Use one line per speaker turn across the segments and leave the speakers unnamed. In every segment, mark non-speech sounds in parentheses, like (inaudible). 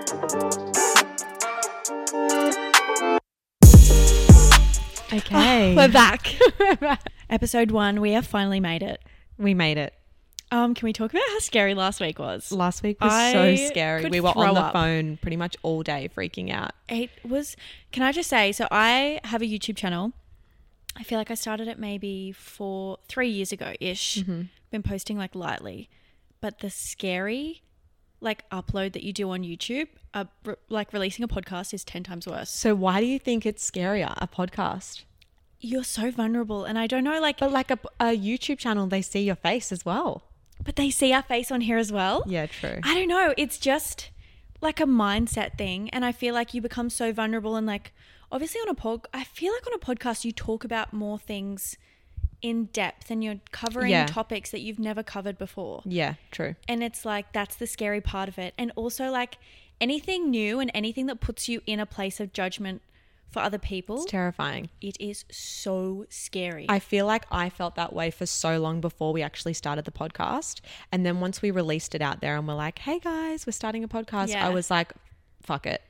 (laughs) Okay.
(laughs) We're back.
We're back.
Episode one, we have finally made it.
We made it.
Um, can we talk about how scary last week was?
Last week was
I
so scary.
could
We were
throw
on the
up.
phone pretty much all day freaking out.
It was can I just say, so I have a YouTube channel. I feel like I started it maybe four three years ago ish. Been posting like lightly. But the scary like upload that you do on YouTube, uh, re- like releasing a podcast is 10 times worse.
So why do you think it's scarier, a podcast?
You're so vulnerable and I don't know like
But like a, a YouTube channel, they see your face as well.
but they see our face on here as well.
Yeah, true.
I don't know. It's just like a mindset thing, and I feel like you become so vulnerable and like obviously on a pod. I feel like on a podcast you talk about more things in depth, and you're covering
Yeah.
topics that you've never covered before.
Yeah, true.
And it's like that's the scary part of it, and also like anything new and anything that puts you in a place of judgment for other people.
It's terrifying.
it is so scary.
I feel like I felt that way for so long before we actually started the podcast. And then once we released it out there and we're like, hey guys, we're starting a podcast,
Yeah.
I was like, fuck it.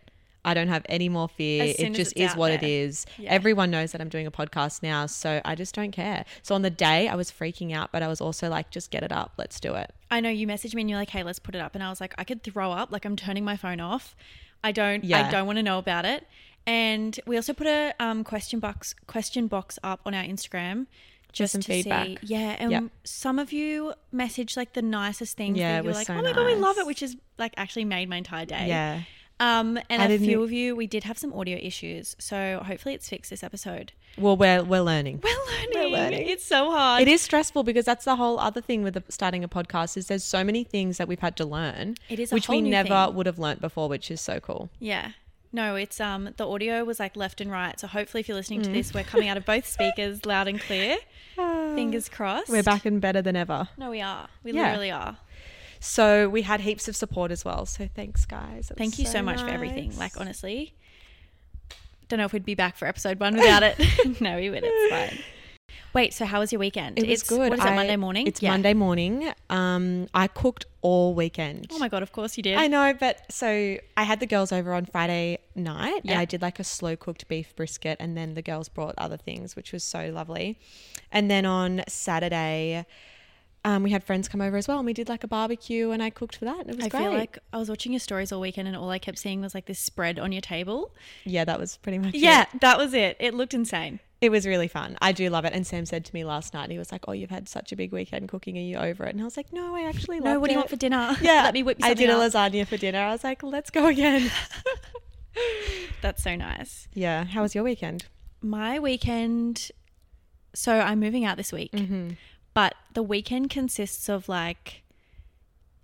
I don't have any more fear.
As soon
It
as
just
it's
is
out
what it
there.
is.
Yeah.
Everyone knows that I'm doing a podcast now. So I just don't care. So on the day, I was freaking out, but I was also like, just get it up. Let's do it.
I know you messaged me and you're like, "Hey, let's put it up," and I was like, "I could throw up. Like, I'm turning my phone off. I don't. I
Yeah.
don't want to know about it." And we also put a um, question box question box up on our Instagram just
some
to see.
feedback.
Yeah, and
Yep.
some of you messaged like the nicest things.
Yeah,
that
it
you were
was
like,
so
"Oh my god, we love it,"
nice.
which is like actually made my entire day.
Yeah.
Um, and
I
a
didn't
few
e-
of you, we did have some audio issues, so hopefully it's fixed this episode.
Well, we're, we're learning.
We're learning.
learning.
It's so hard.
It is stressful because that's the whole other thing with the, starting a podcast is there's so many things that we've had to learn,
It is a
which
whole
we
new
never
thing.
would have learnt before, which is so cool.
Yeah. No, it's um the audio was like left and right. So hopefully if you're listening
Mm.
to this, we're coming out of both speakers loud
(laughs)
and clear. Fingers crossed.
Uh, We're back and better than ever.
No, we are. We
Yeah.
literally are.
So we had heaps of support as well. So thanks, guys. It was
Thank you so, much for everything.
nice.
Like honestly. Don't know if we'd be back for episode one without it. (laughs) no, we would.
(laughs)
It's fine. Wait, so how was your weekend?
it was
it's
good.
What is it,
I-
Monday morning?
It's
Yeah.
Monday morning. Um, I cooked all weekend.
Oh my god, of course you did.
I know, but so I had the girls over on Friday night
Yeah.
and I did like a slow cooked beef brisket and then the girls brought other things, which was so lovely. And then on Saturday, um, we had friends come over as well and we did like a barbecue and I cooked for that and it was
I
great.
feel like I was watching your stories all weekend and all I kept seeing was like this spread on your table.
yeah, that was pretty much it.
Yeah, that was it. It looked insane.
It was really fun. I do love it. And Sam said to me last night, he was like, "Oh, you've had such a big weekend cooking. Are you over it?" And I was like, "No, I actually loved
No, what do you want
it."
for dinner?
(laughs) Yeah,
(laughs) Let me whip you
I
something
did a
up.
lasagna for dinner. I was like, "Let's go again." (laughs)
That's so nice.
yeah. How was your weekend?
My weekend. So I'm moving out this week,
Mm-hmm.
but the weekend consists of like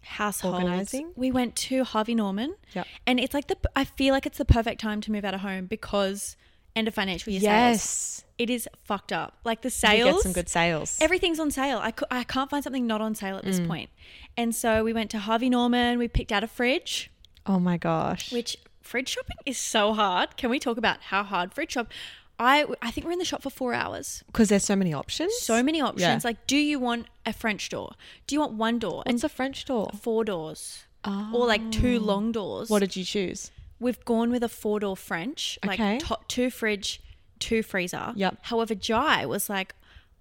household
Organising?
We went to Harvey Norman,
Yep.
and it's like the. I feel like it's the perfect time to move out of home because end of financial year sales. It is fucked up. Like the
You
sales.
get some good sales.
Everything's on sale. I, cou- I can't find something not on sale at this
Mm.
point. And so we went to Harvey Norman. We picked out a fridge.
oh my gosh.
Which fridge shopping is so hard. Can we talk about how hard fridge shop? I I think we're in the shop for four hours.
Because there's so many options.
So many options.
Yeah.
Like, do you want a French door? Do you want one door and
it's a French door.
four doors, or like two long doors?
What did you choose?
We've gone with a four door French, like
Okay.
to- two fridge, two freezer.
Yep.
However, Jai was like,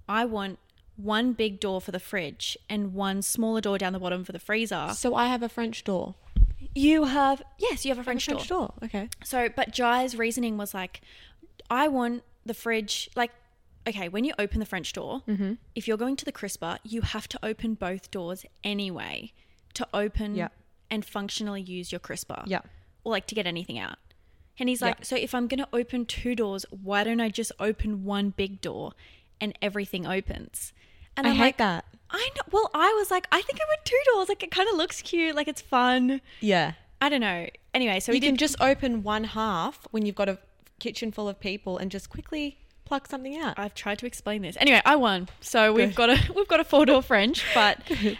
I want one big door for the fridge and one smaller door down the bottom for the freezer.
So I have a French door.
You have yes, you have a French, door.
French door. Okay.
So, but Jai's reasoning was like, I want the fridge, like, okay, when you open the French door,
Mm-hmm.
if you're going to the crisper, you have to open both doors anyway to open
Yeah.
and functionally use your crisper.
Yeah.
Or like to get anything out. And he's
Yeah.
like, so if I'm going to open two doors, why don't I just open one big door and everything opens? And
I
I'm
hate
like,
that.
I know. Well, I was like, I think I want two doors. Like, it kind of looks cute. Like, it's fun.
Yeah.
I don't know. Anyway, so we
You
did
can just open one half when you've got a kitchen full of people and just quickly pluck something out.
I've tried to explain this. Anyway, I won, so we've got a (laughs) we've got a four
(laughs)
door French, but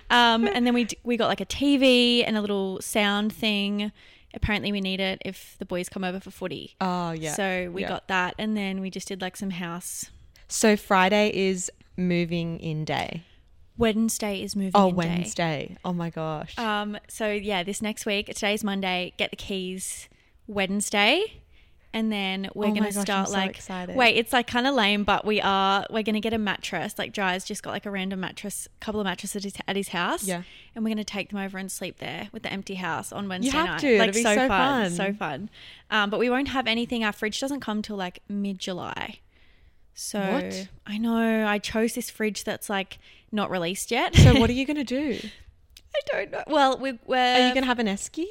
um, and then we d- we got like a TV and a little sound thing. Apparently, we need it if the boys come over for footy.
Oh yeah.
So we
Yeah.
got that, and then we just did like some house.
So Friday is moving in day.
Wednesday is moving.
Oh,
in day.
Wednesday. Oh my gosh.
Um, so yeah, this next week, today's Monday, get the keys Wednesday. And then we're
Oh my
gonna
gosh, I'm
start
so
like
excited.
wait, it's like kinda lame, but we are we're gonna get a mattress. Like Jai's just got like a random mattress couple of mattresses at his, at his house.
Yeah.
And we're gonna take them over and sleep there with the empty house on Wednesday
have
night.
to.
Like
That'd be
so
so
fun.
fun.
So fun. Um, but we won't have anything. Our fridge doesn't come till like mid July. So
What?
I know. I chose this fridge that's like not released yet.
so what are you gonna do?
(laughs) I don't know. Well, we, we're.
Are you gonna have an esky?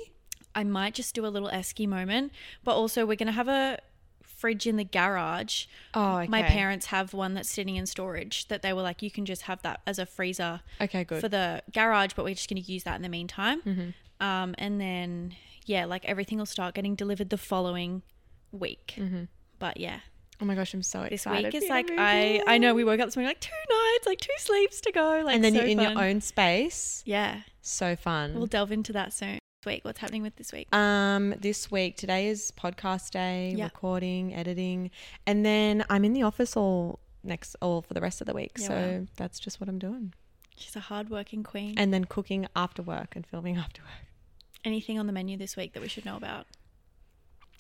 I might just do a little esky moment, but also we're gonna have a fridge in the garage.
Oh, okay.
My parents have one that's sitting in storage that they were like, you can just have that as a freezer
Okay, good. Mm-hmm.
for the garage, but we're just gonna use that in the meantime. Um, and then yeah, like everything will start getting delivered the following week.
Mm-hmm.
But yeah,
oh my gosh, I'm so
this
excited.
week
for
is
you to
like
move
I
in.
I know we woke up this morning like two nights, like two sleeps to go. Like
and then
so
you're in
fun.
your own Mm. space.
yeah.
So fun.
We'll delve into that soon. This week, what's happening with this week?
um this week today is podcast day
Yeah.
recording editing and then i'm in the office all next all for the rest of the week
Yeah,
so that's just what i'm doing
She's a hardworking queen.
and then cooking after work and filming (laughs) after work
Anything on the menu this week that we should know about?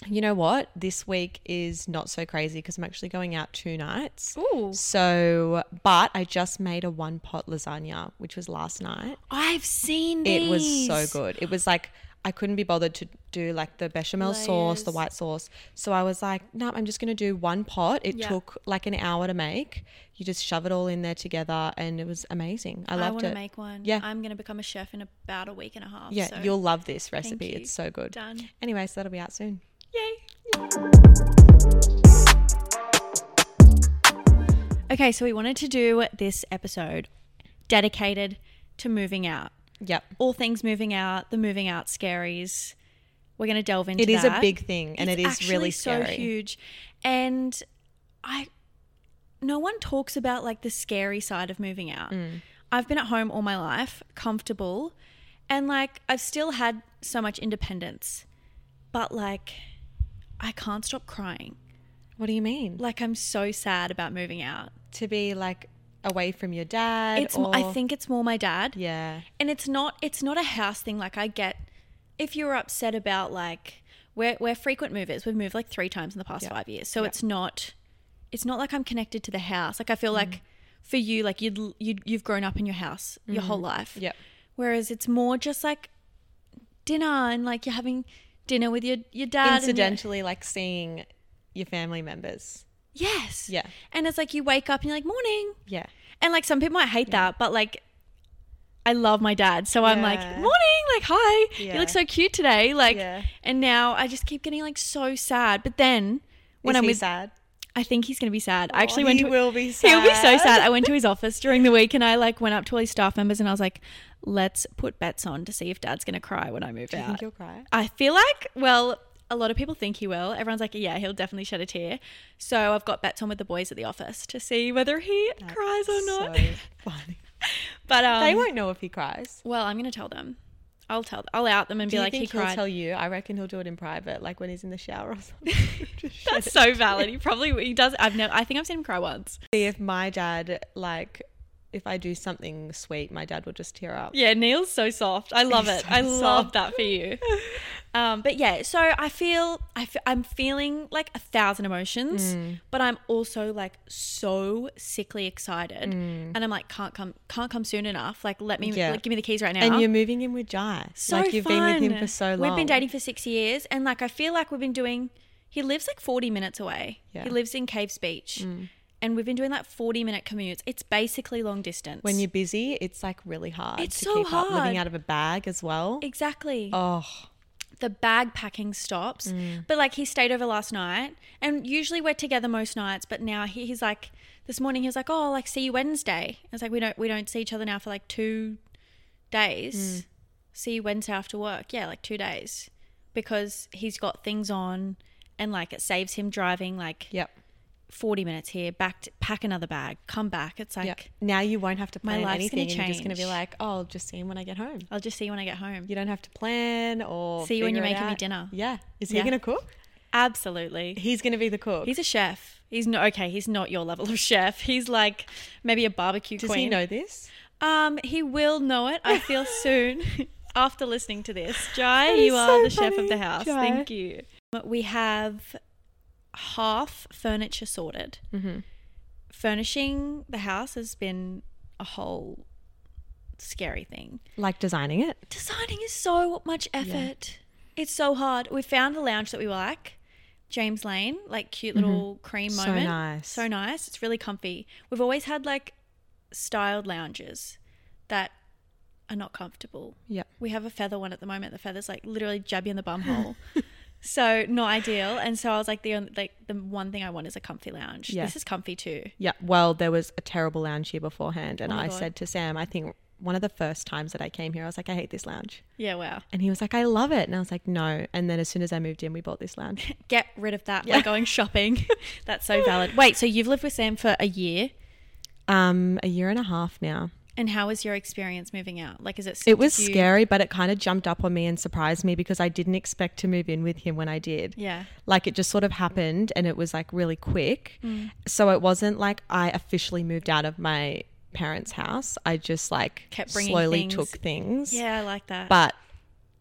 you know what this week is not so crazy because i'm actually going out two nights
Ooh.
so but i just made a one pot lasagna which was last night
I've seen
It was so
these.
good. It was like I couldn't be bothered to do like the bechamel sauce, the
Layers.
white sauce. So I was like, no, I'm just gonna do one pot. It
Yeah.
took like an hour to make. You just shove it all in there together, and it was amazing. I
I,
loved
want to
it.
make one.
Yeah.
I'm going to become a chef in about a week and a half.
yeah,
so
you'll love this recipe.
you.
It's so good.
done.
Anyway, so that'll be out soon.
Yay. Okay, so we wanted to do this episode dedicated to moving out.
Yep.
All things moving out, the moving out scaries. We're going to delve into
It is a
that.
big thing, and
It's
it is really
actually
scary.
so huge and i no one talks about like the scary side of moving out
Mm.
i've been at home all my life comfortable and like i've still had so much independence but like i can't stop crying
What do you mean?
like i'm so sad about moving out
to be like away from your dad?
it's m i
or-
think it's more my dad
Yeah.
and it's not it's not a house thing like i get if you're upset about like we're, we're frequent movers we've moved like three times in the past
Yeah.
five years so it's not it's not like i'm connected to the house like i feel
Mm-hmm.
like for you like you'd, l- you'd you've grown up in your house your whole
Mm-hmm.
life
Yep.
whereas it's more just like dinner and like you're having dinner with your your dad and your-
Incidentally, like seeing your family members.
yes
Yeah.
and it's like you wake up and you're like morning
Yeah.
and like some people might hate that, but like I love my dad. So I'm like,
Yeah.
morning, like hi.
Yeah.
You look so cute today. Like
Yeah.
and now I just keep getting like so sad. But then when
Is
I'm
he
with
sad.
I think he's gonna be sad. I actually
Oh,
went
he
to
will be sad.
(laughs) He'll be so sad. I went to his office during the week and I like went up to all his staff members and I was like, let's put bets on to see if dad's gonna cry when I move
Do you
out.
think he'll cry?
I feel like, well, a lot of people think he will. Everyone's like, yeah, he'll definitely shed a tear. So I've got bets on with the boys at the office to see whether he cries or not.
So (laughs) funny.
But um,
they won't know if he cries.
Well, I'm gonna tell them. I'll tell. I'll out them and
Do
be
you
like, he
think he'll
cried.
tell you? I reckon he'll do it in private, like when he's in the shower or
(laughs)
something. Just (laughs) shut
That's
it.
so valid. He probably he does. I've never. I think I've seen him cry once.
See if my dad, like, if I do something sweet, my dad will just tear up.
Yeah, Neil's so soft. I love
He's
it.
so
I love
soft.
that for you. (laughs) Um, but yeah, so I feel I f- I'm feeling like a thousand emotions, but I'm also like so sickly excited, and I'm like can't come can't come soon enough. Like let me
Yeah.
like, give me the keys right now.
And you're moving in with Jai.
so
like you've been with him
fun.
for so long.
We've been dating for six years, and like I feel like we've been doing. He lives like forty minutes away.
Yeah. Mm.
He lives in Caves Beach, and we've been doing like forty minute commutes. It's basically long distance.
When you're busy, it's like really hard
It's
to
so
keep up.
hard.
Living out of a bag as well.
exactly
oh,
the bag packing stops, but like he stayed over last night, and usually we're together most nights. But now he, he's like this morning he was like, "Oh, like see you Wednesday." It's like we don't we don't see each other now for like two days. See you Wednesday after work. Yeah, like two days because he's got things on, and like it saves him driving like
yep.
40 minutes here, back to pack another bag, come back. It's like,
Yep. Now you won't have to
My
plan
life's gonna
anything. and You're just going to be
change.
like, oh, I'll just see him when I get home.
I'll just see you when I get home.
You don't have to plan or
See you when
figure
you're
it
making me
out.
dinner.
Yeah. Is he
Yeah.
going to cook?
Absolutely.
He's going to be the cook.
He's a chef. He's no okay. He's not your level of chef. He's like maybe a barbecue
Does
queen.
he know this?
Um, he will know it. I feel (laughs) soon after listening to this. Jai,
That is
you are
so
the chef of
funny,
the house.
Jai.
Thank you. We have half furniture sorted.
Mm-hmm.
Furnishing the house has been a whole scary thing.
Like designing it.
Designing is so much effort. It's so hard. We found the lounge that we like. James Lane, like cute little cream
Mm-hmm. So
moment.
nice.
So nice. It's really comfy. We've always had like styled lounges that are not comfortable.
Yep.
We have a feather one at the moment. The feather's like literally jab you in the
(laughs)
bum hole. so not ideal. And so I was like the only, like the one thing I want is a comfy lounge.
Yeah.
This is comfy too.
Yeah. Well, there was a terrible lounge here beforehand, and
Oh my
I
God.
said to Sam, I think one of the first times that I came here, I was like, I hate this lounge,
Yeah, wow.
and he was like, I love it, and I was like, no. And then as soon as I moved in, we bought this lounge.
(laughs) Get rid of that
Yeah.
by
(laughs)
going shopping. That's so valid. Wait, so you've lived with Sam for a year.
um, a year and a half now.
And how was your experience moving out? Like, is it?
It was
did you-
scary, but it kind of jumped up on me and surprised me because I didn't expect to move in with him when I did.
Yeah.
Like it just sort of happened and it was like really quick.
Mm.
So it wasn't like I officially moved out of my parents' house. I just like
Kept bringing
slowly
things.
took things.
Yeah, I like that.
But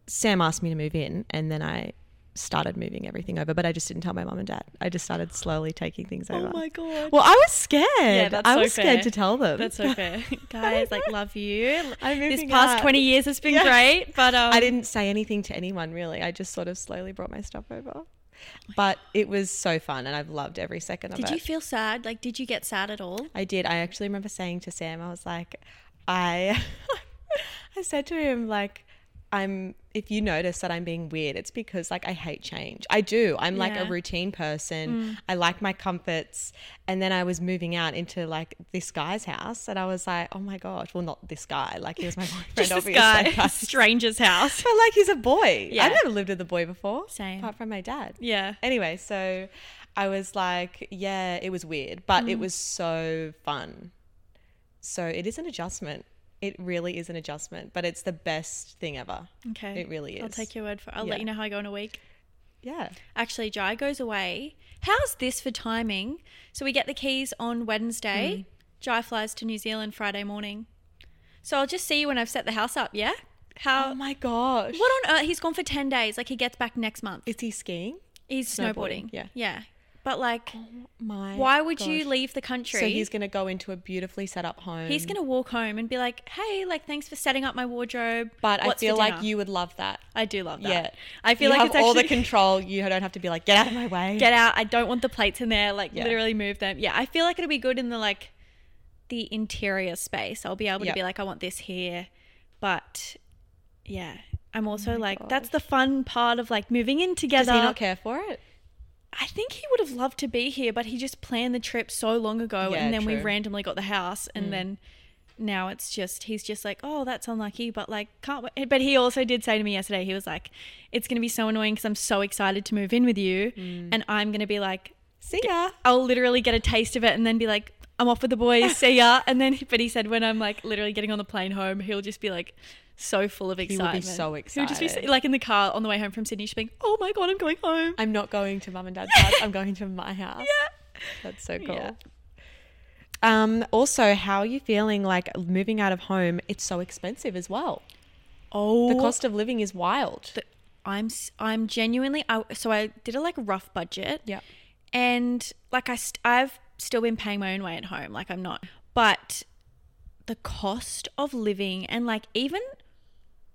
Sam asked me to move in and then I started moving everything over, but I just didn't tell my mum and dad. I just started slowly taking things
oh
over.
my god.
Well, I was scared.
that's
I
so
was
fair.
scared to tell them.
That's
(laughs)
so fair, (laughs) guys. Like, love you.
I'm
this
moving
past
out.
twenty years has been
Yeah.
great, but um,
I didn't say anything to anyone really. I just sort of slowly brought my stuff over.
Oh
But it was so fun and I've loved every second of
Did
it.
you feel sad? Like, did you get sad
(laughs)
at all?
I did. I actually remember saying to Sam, I was like, I (laughs) I said to him like I'm if you notice that I'm being weird, it's because like I hate change. I do. I'm like a
Yeah. Mm.
routine person. I like my comforts. And then I was moving out into like this guy's house and I was like, "Oh my gosh, well not this guy. Like he was my (laughs) boyfriend
Just this
obviously.
guy,
(laughs) but-
(laughs) stranger's
(laughs)
house.
but like he's a boy.
Yeah.
I've never lived with a boy before.
Same.
Apart from my dad.
Yeah.
Anyway, so I was like, yeah, it was weird, but
Mm.
it was so fun. So it is an adjustment. It really is an adjustment, but it's the best thing ever.
Okay.
It really
I'll
is.
take your word for. I'll
Yeah.
let you know how I go in a week.
Yeah.
Actually, Jai goes away. How's this for timing? So we get the keys on Wednesday.
Hmm.
Jai flies to New Zealand Friday morning. So I'll just see you when I've set the house up. Yeah. How?
Oh my gosh.
What on earth? He's gone for 10 days. Like, he gets back next month.
Is he skiing?
He's snowboarding.
snowboarding, yeah. Oh
Yeah. But, like,
My
why would you
gosh.
leave the country?
So he's going to go into a beautifully set up home.
He's going to walk home and be like, hey, like, thanks for setting up my wardrobe.
But I
What's for
feel like
dinner?"
you would love that.
I do love that.
Yeah.
I feel
you
like
have
it's
all the
(laughs) actually-
control. You don't have to be like, get out of my way.
Get out. I don't want the plates in there. Like,
Yeah.
literally move them. Yeah. I feel like it'll be good in the, like, the interior space. I'll be able
Yeah.
to be like, I want this here. But, yeah. I'm also like,
gosh.
that's the fun part of like moving in together.
Oh Does he not care for it?
I think he would have loved to be here, but he just planned the trip so long ago,
Yeah,
and then we
true. Mm.
randomly got the house, and then now it's just he's just like, oh, that's unlucky, but like can't. Wait. But he also did say to me yesterday, he was like, it's gonna be so annoying because I'm so excited to move in with you,
Mm.
and I'm gonna be like,
See ya.
I'll literally get a taste of it, and then be like. I'm off with the boys. See ya. And then, (laughs) but he said when I'm like literally getting on the plane home, he'll just be like so full of
will be
excitement.
so
He'll just be so-
excited.
like in the car on the way home from Sydney, just being, "Oh my god, I'm going home."
I'm not going to mum and dad's house. I'm going to
(laughs)
my house.
Yeah.
That's so cool.
Yeah.
Um, also, how are you feeling like moving out of home? It's so expensive as well.
Oh,
The cost of living is wild.
the- I'm s- I'm genuinely I, so I did a like rough budget. And like I st- I've still been paying my own way at home. Like I'm not, but the cost of living and like even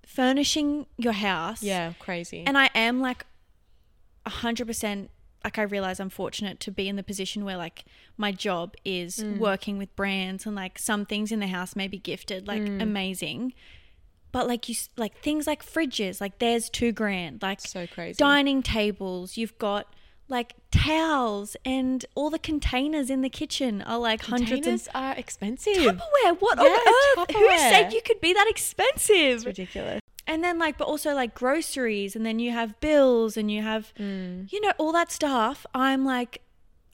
furnishing your house.
Yeah, crazy.
And I am like a hundred percent. Like I realize I'm fortunate to be in the position where like my job is
Mm.
working with brands and like some things in the house may be gifted, like
Mm.
amazing. But like you, s- like things like fridges, like there's two grand, like
so crazy.
dining tables. You've got like towels and all the containers in the kitchen are like hundreds and
Containers are expensive.
Tupperware. What
Yeah,
on earth? Who
Tupperware.
said you could be that expensive?
It's ridiculous.
and then like but also like groceries and then you have bills and you have you know all that stuff i'm like okay.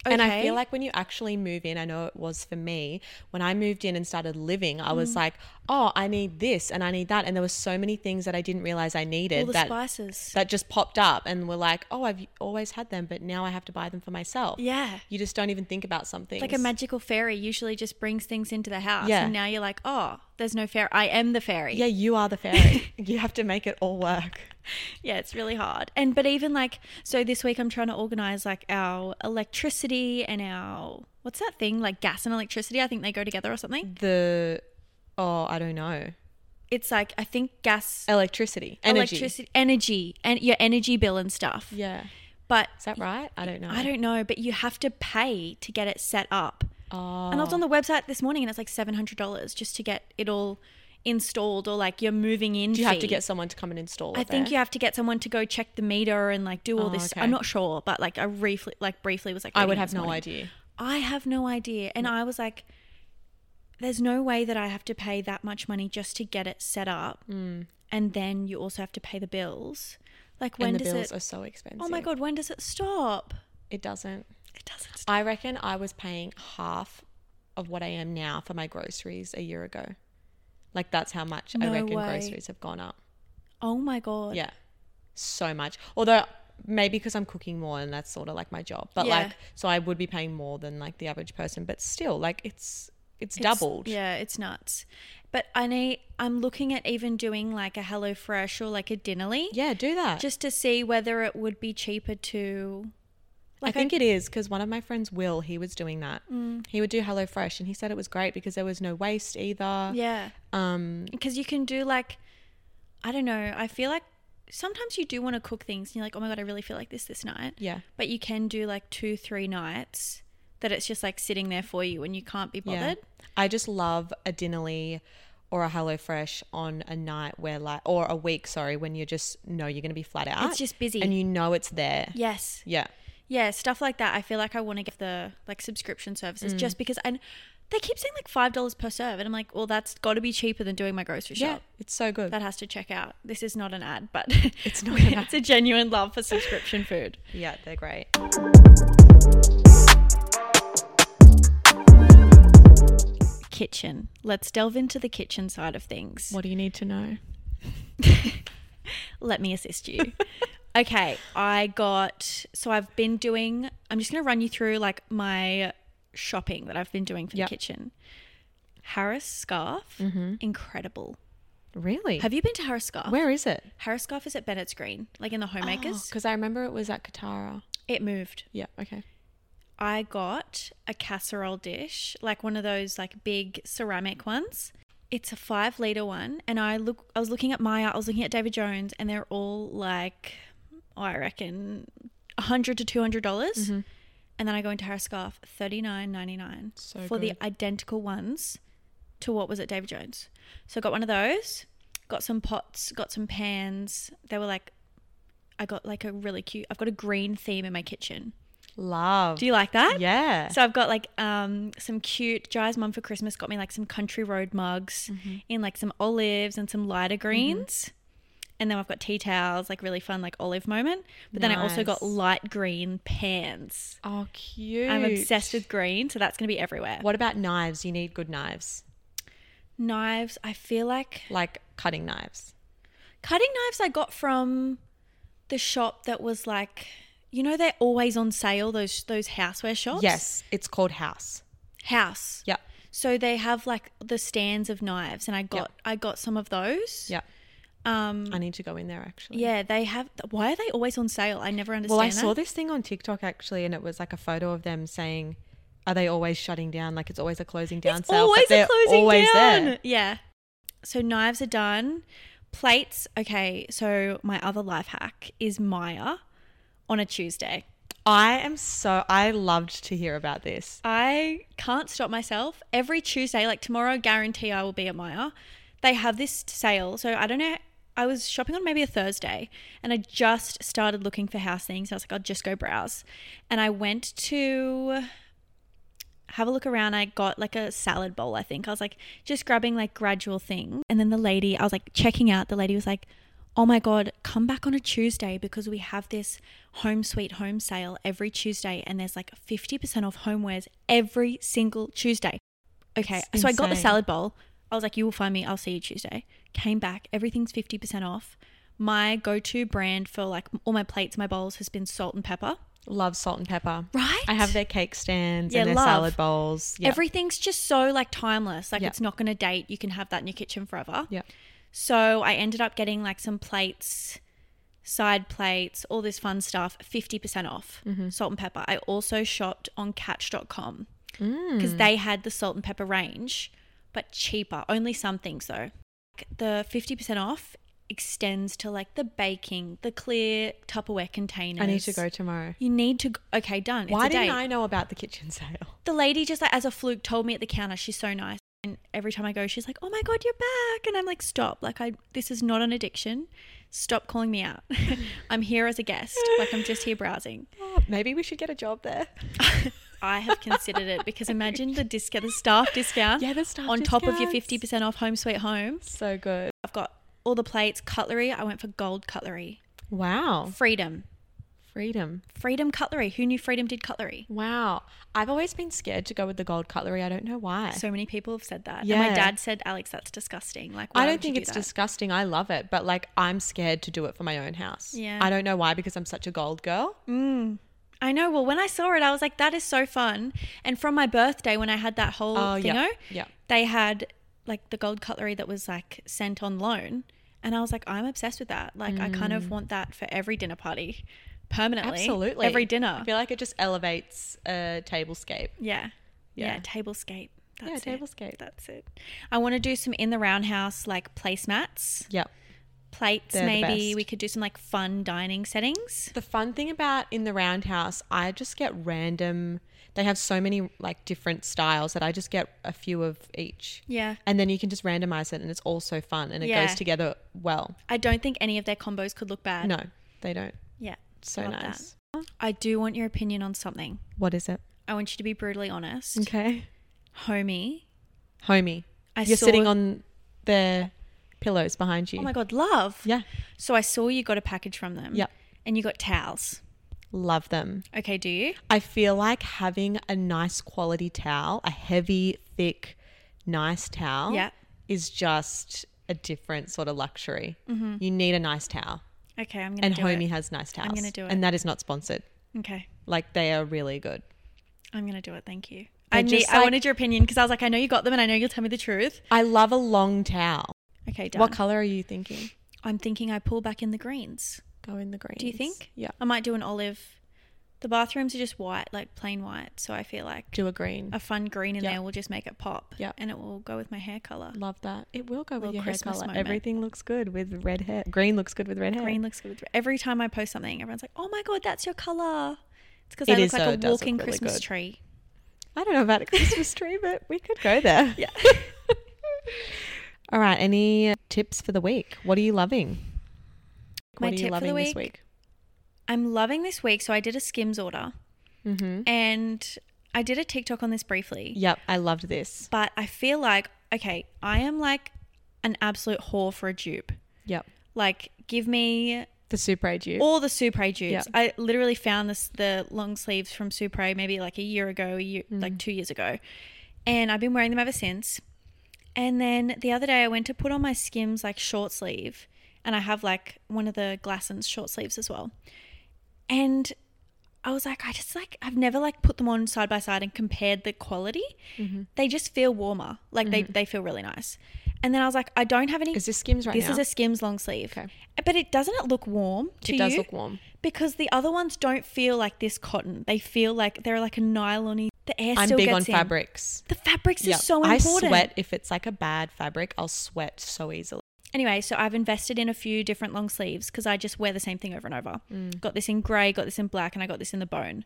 Mm. And I feel like when you actually move in, I know it was for me, when I moved in and started living, I
Mm.
was like, oh, I need this and I need that. And there were so many things that I didn't realize I needed
all the
that
spices
that just popped up and were like, oh, I've always had them, but now I have to buy them for myself.
yeah
You just don't even think about something.
like a magical fairy usually just brings things into the house
Yeah.
and now you're like oh There's no fairy. I am the fairy.
Yeah, you are the fairy.
(laughs)
(laughs) you have to make it all work.
Yeah, it's really hard. And but even like so this week I'm trying to organize like our electricity and our what's that thing like gas and electricity? I think they go together or
Mm.
something.
The oh, I don't know.
It's like I think gas,
Electricity, energy.
electricity, energy, and your energy bill and stuff.
Yeah,
But
is that right? I don't know.
I don't know, but you have to pay to get it set up.
Oh,
And I was on the website this morning and it's like $700 just to get it all installed or like you're moving in.
do you have to
fee.
get someone to come and install it?
I think you have to get someone to go check the meter and like do all
Oh,
this.
okay.
I'm not sure, but like I briefly, like briefly was like,
I
reading
would
it
have
this
no
morning.
idea.
I have no idea. And I was like, there's no way that I have to pay that much money just to get it set up.
Hmm.
And then you also have to pay the bills. Like when
and the
does
bills
it?
are so expensive.
Oh my God, when does it stop?
it doesn't.
It doesn't stop.
I reckon I was paying half of what I am now for my groceries a year ago. Like that's how much I
No
reckon
way.
groceries have gone up.
Oh my God.
Yeah. So much. Although maybe because I'm cooking more and that's sort of like my job. But
Yeah.
like so I would be paying more than like the average person, but still like it's it's, doubled.
Yeah, it's nuts. But I need, I'm looking at even doing like a HelloFresh or like a Dinnerly
Yeah, do that.
just to see whether it would be cheaper to. Like Mm.
I think it is because one of my friends, Will, he was doing that. He would do HelloFresh and he said it was great because there was no waste either.
Yeah.
Um,
because you can do like i don't know i feel like sometimes you do want to cook things and you're like oh my god i really feel like this this night
yeah.
but you can do like two three nights that it's just like sitting there for you and you can't be bothered
I just love a Dinnerly or a HelloFresh on a night where like or a week, sorry, when you just know you're gonna be flat out.
it's just busy
and you know it's there.
yes
Yeah.
yeah stuff like that i feel like i want to get the like subscription services
Mm.
just because and they keep saying like five dollars per serve and i'm like well that's got to be cheaper than doing my grocery
Yeah.
shop
It's so good.
that has to check out this is not an ad but
(laughs) It's not an
(laughs) it's a genuine love for subscription food
yeah, they're great.
kitchen let's delve into the kitchen side of things
What do you need to know?
(laughs) Let me assist you. okay, I got so I've been doing I'm just going to run you through like my shopping that I've been doing for
Yep.
the kitchen. Harris scarf, incredible.
Really?
Have you been to Harris scarf?
Where Oh, is it?
Harris scarf is at Bennett's Green, like in the homemakers.
Because I remember it was at Katara.
it moved.
Yeah, okay.
I got a casserole dish, like one of those like big ceramic ones. It's a five liter one, and I look. I was looking at Maya. I was looking at David Jones, and they're all like, I reckon, a hundred to two hundred dollars.
Mm-hmm.
And then I go into Harris Scarf, thirty nine ninety nine
So
for
good.
the identical ones to what was at David Jones. So I got one of those. Got some pots. Got some pans. They were like, I got like a really cute. I've got a green theme in my kitchen.
Love.
Do you like that?
yeah.
So I've got like um, some cute. Jai's mum for Christmas got me like some country road mugs
Mm-hmm.
in like some olives and some lighter greens. And then I've got tea towels, like really fun, like olive moment. But then I also got
Nice.
light green pans.
oh cute.
I'm obsessed with green, so that's going to be everywhere.
what about knives? You need good knives.
Knives, I feel like
Like cutting knives.
cutting knives I got from the shop that was like, you know, they're always on sale, those those houseware shops.
Yes. It's called house.
House.
Yeah.
So they have like the stands of knives, and I got I got some of those.
Yeah.
Um.
I need to go in there actually.
Yeah, they have. Why are they always on sale? I never understand.
Well, I saw
that.
this thing on TikTok actually, and it was like a photo of them saying, "Are they always shutting down? Like it's always a closing down
It's
sale. but
always a
they're
closing
always
down.
there."
Yeah. So knives are done. Plates. Okay. So my other life hack is Maya on a Tuesday.
I am so I loved to hear about this.
I can't stop myself. Every Tuesday, like tomorrow, guarantee I will be at Maya. They have this sale. So I don't know. I was shopping on maybe a Thursday and I just started looking for house things. I was like, I'll just go browse. And I went to have a look around. I got like a salad bowl, I think. I was like, just grabbing like gradual things. And then the lady, I was like checking out, the lady was like, Oh my God, come back on a Tuesday because we have this home sweet home sale every Tuesday and there's like 50% off homewares every single Tuesday. Okay.
It's
so I got the
insane.
salad bowl. I was like, You will find me. I'll see you Tuesday. Came back. Everything's 50% off. My go to brand for like all my plates, my bowls has been salt and pepper.
Love salt and pepper.
Right?
I have their cake stands
Yeah,
and their
love.
salad bowls. Yeah.
Everything's just so like timeless. Like
Yeah.
it's not going to date. You can have that in your kitchen forever.
yeah.
So I ended up getting like some plates, side plates, all this fun stuff, 50% off
Mm-hmm.
salt and pepper. I also shopped on catch.com
Mm.
because they had the salt and pepper range, but cheaper. Only some things though. The 50% off extends to like the baking, the clear Tupperware containers.
I need to go tomorrow.
You need to. Go. Okay, done.
Why
it's a
didn't
date.
I know about the kitchen sale?
(laughs) The lady just like as a fluke told me at the counter, she's so nice. And every time I go, she's like, "Oh my god, you're back!" And I'm like, "Stop! Like, I this is not an addiction. Stop calling me out. (laughs) I'm here as a guest. Like, I'm just here
(laughs)
browsing."
Oh, maybe we should get a job there.
(laughs) I have considered it because imagine the discount, the staff discount
Yeah, the staff
on top of your
discounts.
fifty percent off home sweet home.
(laughs) So good.
I've got all the plates, cutlery. I went for gold cutlery.
Wow.
Freedom,
Freedom.
freedom cutlery. Who knew freedom did cutlery?
Wow. I've always been scared to go with the gold cutlery. I don't know why.
So many people have said that. And
Yeah.
my dad said, "Alex, that's disgusting." Like, why
I don't
would you
think
do
it's
that?
disgusting. I love it, but like I'm scared to do it for my own house.
Yeah.
I don't know why because I'm such a gold girl.
I know. Well, when I saw it, I was like, that is so fun. And from my birthday, when I had that whole
Oh, yeah,
thingo,
yeah.
they had like the gold cutlery that was like sent on loan. And I was like, I'm obsessed with that. Like, I kind of want that for every dinner party permanently.
Mm. Absolutely.
Every dinner.
I feel like it just elevates a tablescape.
yeah. yeah.
Yeah.
Tablescape.
Yeah,
That's it.
tablescape.
That's it. I want to do some in the roundhouse, like placemats,
Yep.
plates,
They're the
maybe.
best.
we could do some like fun dining settings.
The fun thing about in the roundhouse, I just get random. They have so many like different styles that I just get a few of each.
Yeah.
And then you can just randomize it and it's all so fun and it
Yeah.
goes together well.
I don't think any of their combos could look bad.
No, they don't.
Yeah.
So
Love that.
nice.
I do want your opinion on something.
What is it?
I want you to be brutally honest.
Okay.
Homie.
Homie.
I
You're
saw-
sitting on their pillows behind you.
Oh my God, love.
Yeah.
So I saw you got a package from them.
Yep.
And you got towels.
Love them.
Okay, do you?
I feel like having a nice quality towel, a heavy, thick, nice towel,
Yeah.
is just a different sort of luxury. You need a nice towel,
Okay, Mm-hmm. I'm gonna
and
do
Homey
it.
has nice towels.
gonna do
and that is not sponsored.
Okay,
Like they are really good.
I'm gonna do it. Thank you.
They're
I need,
just
I
like-
wanted your opinion because I was like, I know you got them, and I know you'll tell me the truth.
I love a long towel.
Okay, done.
What color are you thinking?
I'm thinking I pull back in the greens.
Go in the green.
Do you think?
Yeah.
I might do an olive. The bathrooms are just white, like plain white. So I feel like
Do a green.
a fun green in
Yeah.
there will just make it pop.
Yeah.
And it will go with my hair color.
Love that. It will go with
Little
your hair
Christmas
color.
moment.
Everything looks good with red hair. Green looks good with red hair.
Green looks good. with- Every time I post something, everyone's like, "Oh my god, that's your color." It's because
It
I look
is, though.
like
It
a
does look
walking
really
Christmas
good.
tree.
I don't know about a
(laughs)
Christmas tree, but we could go there. (laughs)
Yeah.
All right. Any tips for the week? What are you loving? what
My
are you
tip for the
loving this
week?
week?
I'm loving this week, so I did a Skims order,
Mm-hmm.
and I did a TikTok on this briefly.
Yep. I loved this.
But I feel like, okay, I am like an absolute whore for a dupe.
Yep.
Like, give me
The Super Age Youth.
all the Supre dupes.
Yeah.
I literally found this the long sleeves from Supre maybe like a year ago, a year,
Mm.
like two years ago, and I've been wearing them ever since. And then the other day, I went to put on my Skims like short sleeve, and I have like one of the Glassons short sleeves as well. And I was like, I just like I've never like put them on side by side and compared the quality.
Mm-hmm.
They just feel warmer. Like they they feel really nice. And then I was like, I don't have any.
Is this Skims right
this
now?
is a Skims long sleeve.
Okay.
But it doesn't it look warm to
it does
you?
look warm.
because the other ones don't feel like this cotton. They feel like they're like a nylon. The air
I'm
still
big
gets
on
in.
fabrics.
The fabrics
Yep.
is so important.
I sweat if it's like a bad fabric. I'll sweat so easily.
Anyway, so I've invested in a few different long sleeves because I just wear the same thing over and over.
Mm.
Got this in grey, got this in black, and I got this in the bone.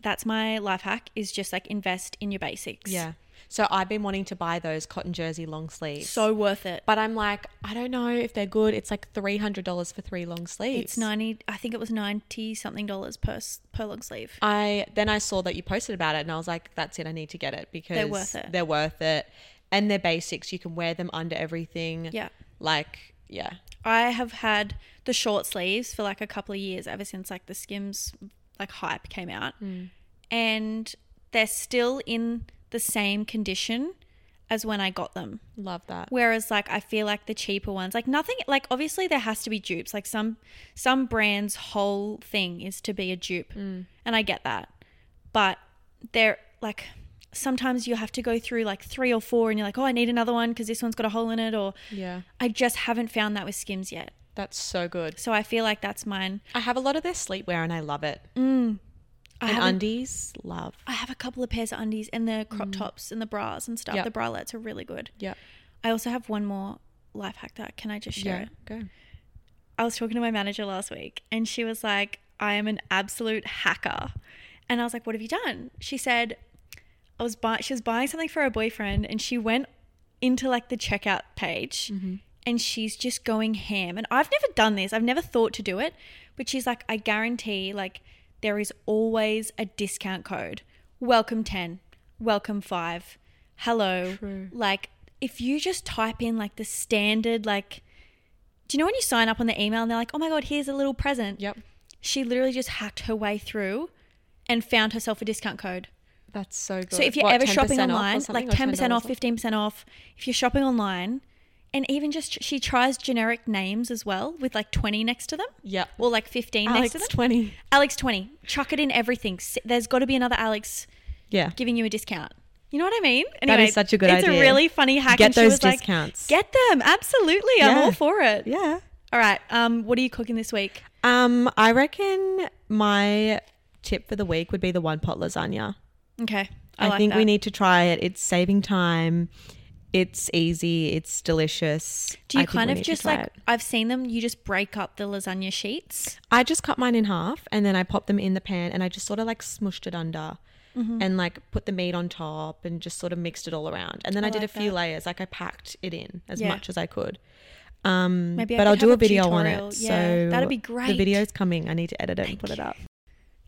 That's my life hack: is just like invest in your basics.
Yeah. So I've been wanting to buy those cotton jersey long sleeves.
so worth it.
but I'm like, I don't know if they're good. It's like three hundred dollars for three long sleeves.
It's ninety. I think it was ninety something dollars per s- per long sleeve.
I then I saw that you posted about it and I was like, that's it, I need to get it because
worth it.
They're worth it. And they're basics. You can wear them under everything.
Yeah.
Like, yeah.
I have had the short sleeves for like a couple of years, ever since like the Skims like hype came out, and they're still in the same condition as when I got them.
Love that.
Whereas like I feel like the cheaper ones, like nothing like obviously there has to be dupes. Like some some brands whole thing is to be a dupe. And I get that. But they're like sometimes you have to go through like 3 or 4 and you're like, "Oh, I need another one because this one's got a hole in it or
Yeah.
I just haven't found that with Skims yet."
That's so good.
So I feel like that's mine.
I have a lot of their sleepwear and I love it.
Mm. I
and
haven't-
undies, love.
I have a couple of pairs of undies and the crop tops and the bras and stuff.
Mm. Yep.
The bralettes are really good.
Yeah.
I also have one more life hack that can I just share
Yeah.
it?
Go.
I was talking to my manager last week and she was like, I am an absolute hacker. And I was like, What have you done? She said, I was buying, she was buying something for her boyfriend and she went into like the checkout page and she's just going ham. And I've never done this, I've never thought to do it, but she's like, I guarantee, like, there is always a discount code. Welcome 10, welcome 5, hello.
True.
Like, if you just type in like the standard, like, do you know when you sign up on the email and they're like, oh my God, here's a little present?
Yep.
She literally just hacked her way through and found herself a discount code.
That's so good.
So if you're
What,
ever
10%
shopping
off or
online,
something,
like
or
10% off,
$10
15% off, if you're shopping online, and even just she tries generic names as well with like 20 next to them
Yeah.
or like 15 next
Alex
to them.
20.
Alex 20. Chuck it in everything. S- There's got to be another Alex
Yeah.
giving you a discount. You know what I mean?
That is such a good
it's It's
idea.
a really funny hack.
Get
and she
those
was like,
discounts.
Get them. Absolutely. I'm
Yeah.
all for it.
Yeah.
All right. Um, what are you cooking this week?
Um, I reckon my tip for the week would be the one pot lasagna.
Okay. I,
I,
like
think
that.
we need to try it. It's saving time. It's easy. It's delicious.
Do you
I think
kind
we
of
need to
just
try
like
it.
I've seen them? You just break up the lasagna sheets.
I just cut mine in half and then I popped them in the pan and I just sort of like smushed it under
Mm-hmm.
and like put the meat on top and just sort of mixed it all around. And then I, did
like
a few
that.
layers, like I packed it in as
Yeah.
much as I could. Um,
Maybe I
but
could
I'll do
have
a
a
video on
tutorial.
it.
Yeah,
so
that'd be
The
great.
video's coming. I need to edit it and put it
you.
up.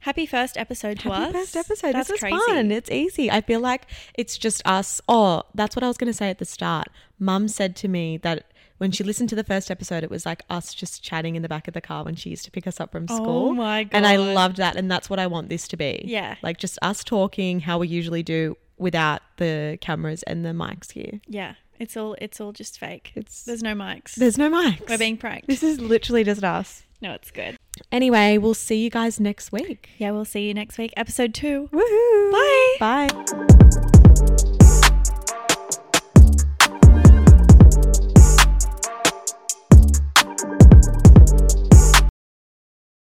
Happy first episode to us.
Happy first episode.
That's
this is
crazy.
fun. It's easy. I feel like it's just us. Oh, that's what I was going to say at the start. Mum said to me that when she listened to the first episode, it was like us just chatting in the back of the car when she used to pick us up from school.
Oh my
And I
God.
loved that. And that's what I want this to be.
Yeah.
Like just us talking how we usually do without the cameras and the mics here.
Yeah, it's all it's all just fake.
It's-
There's no mics.
There's no mics.
We're being pranked.
This is literally just us.
No, it's good.
Anyway, we'll see you guys next week.
Yeah, we'll see you next week, episode two.
Woohoo.
Bye.
Bye.